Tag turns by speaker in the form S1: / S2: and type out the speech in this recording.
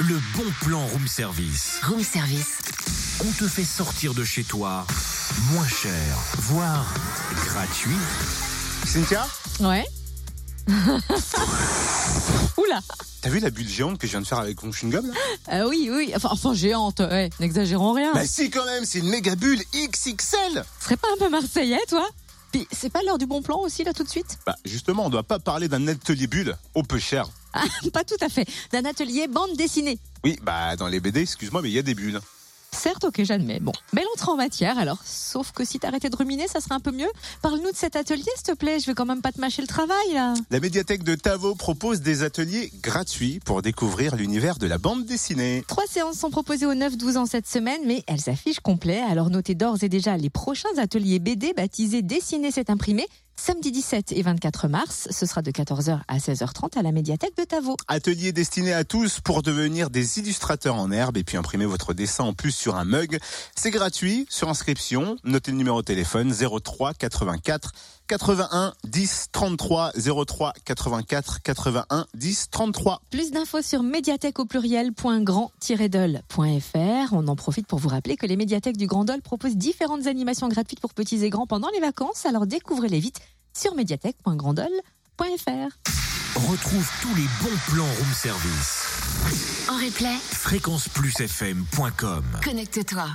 S1: Le bon plan room service.
S2: Room service.
S1: On te fait sortir de chez toi moins cher, voire gratuit.
S3: Cynthia,
S4: Ouais. Oula
S3: t'as vu la bulle géante que je viens de faire avec mon chewing-gum là
S4: Ah Oui, oui, enfin, enfin géante, ouais, n'exagérons rien.
S3: Bah si quand même, c'est une méga bulle XXL
S4: Ce Serait pas un peu marseillais, toi Puis c'est pas l'heure du bon plan aussi, là, tout de suite
S3: Bah justement, on doit pas parler d'un atelier bulle au peu cher.
S4: Ah, Pas tout à fait. D'un atelier bande dessinée.
S3: Oui, bah dans les BD, excuse-moi, mais il y a des bulles.
S4: Certes, ok, j'admets. Bon, belle entrée en matière, alors. Sauf que si t'arrêtais de ruminer, ça serait un peu mieux. Parle-nous de cet atelier, s'il te plaît. Je vais quand même pas te mâcher le travail, là.
S3: La médiathèque de Tavo propose des ateliers gratuits pour découvrir l'univers de la bande dessinée.
S4: Trois séances sont proposées aux 9-12 ans cette semaine, mais elles s'affichent complet. Alors notez d'ores et déjà les prochains ateliers BD baptisés Dessiner c'est imprimé. Samedi 17 et 24 mars, ce sera de 14h à 16h30 à la médiathèque de Tavo.
S3: Atelier destiné à tous pour devenir des illustrateurs en herbe et puis imprimer votre dessin en plus sur un mug. C'est gratuit, sur inscription. Notez le numéro de téléphone 03 84 81 10 33 03 84 81 10 33.
S4: Plus d'infos sur médiathèque au pluriel.grand-dol.fr. On en profite pour vous rappeler que les médiathèques du Grand Dol proposent différentes animations gratuites pour petits et grands pendant les vacances, alors découvrez-les vite sur médiathèque.granddol.fr.
S1: Retrouve tous les bons plans room service.
S2: En replay,
S1: Fréquenceplusfm.com
S2: connecte-toi.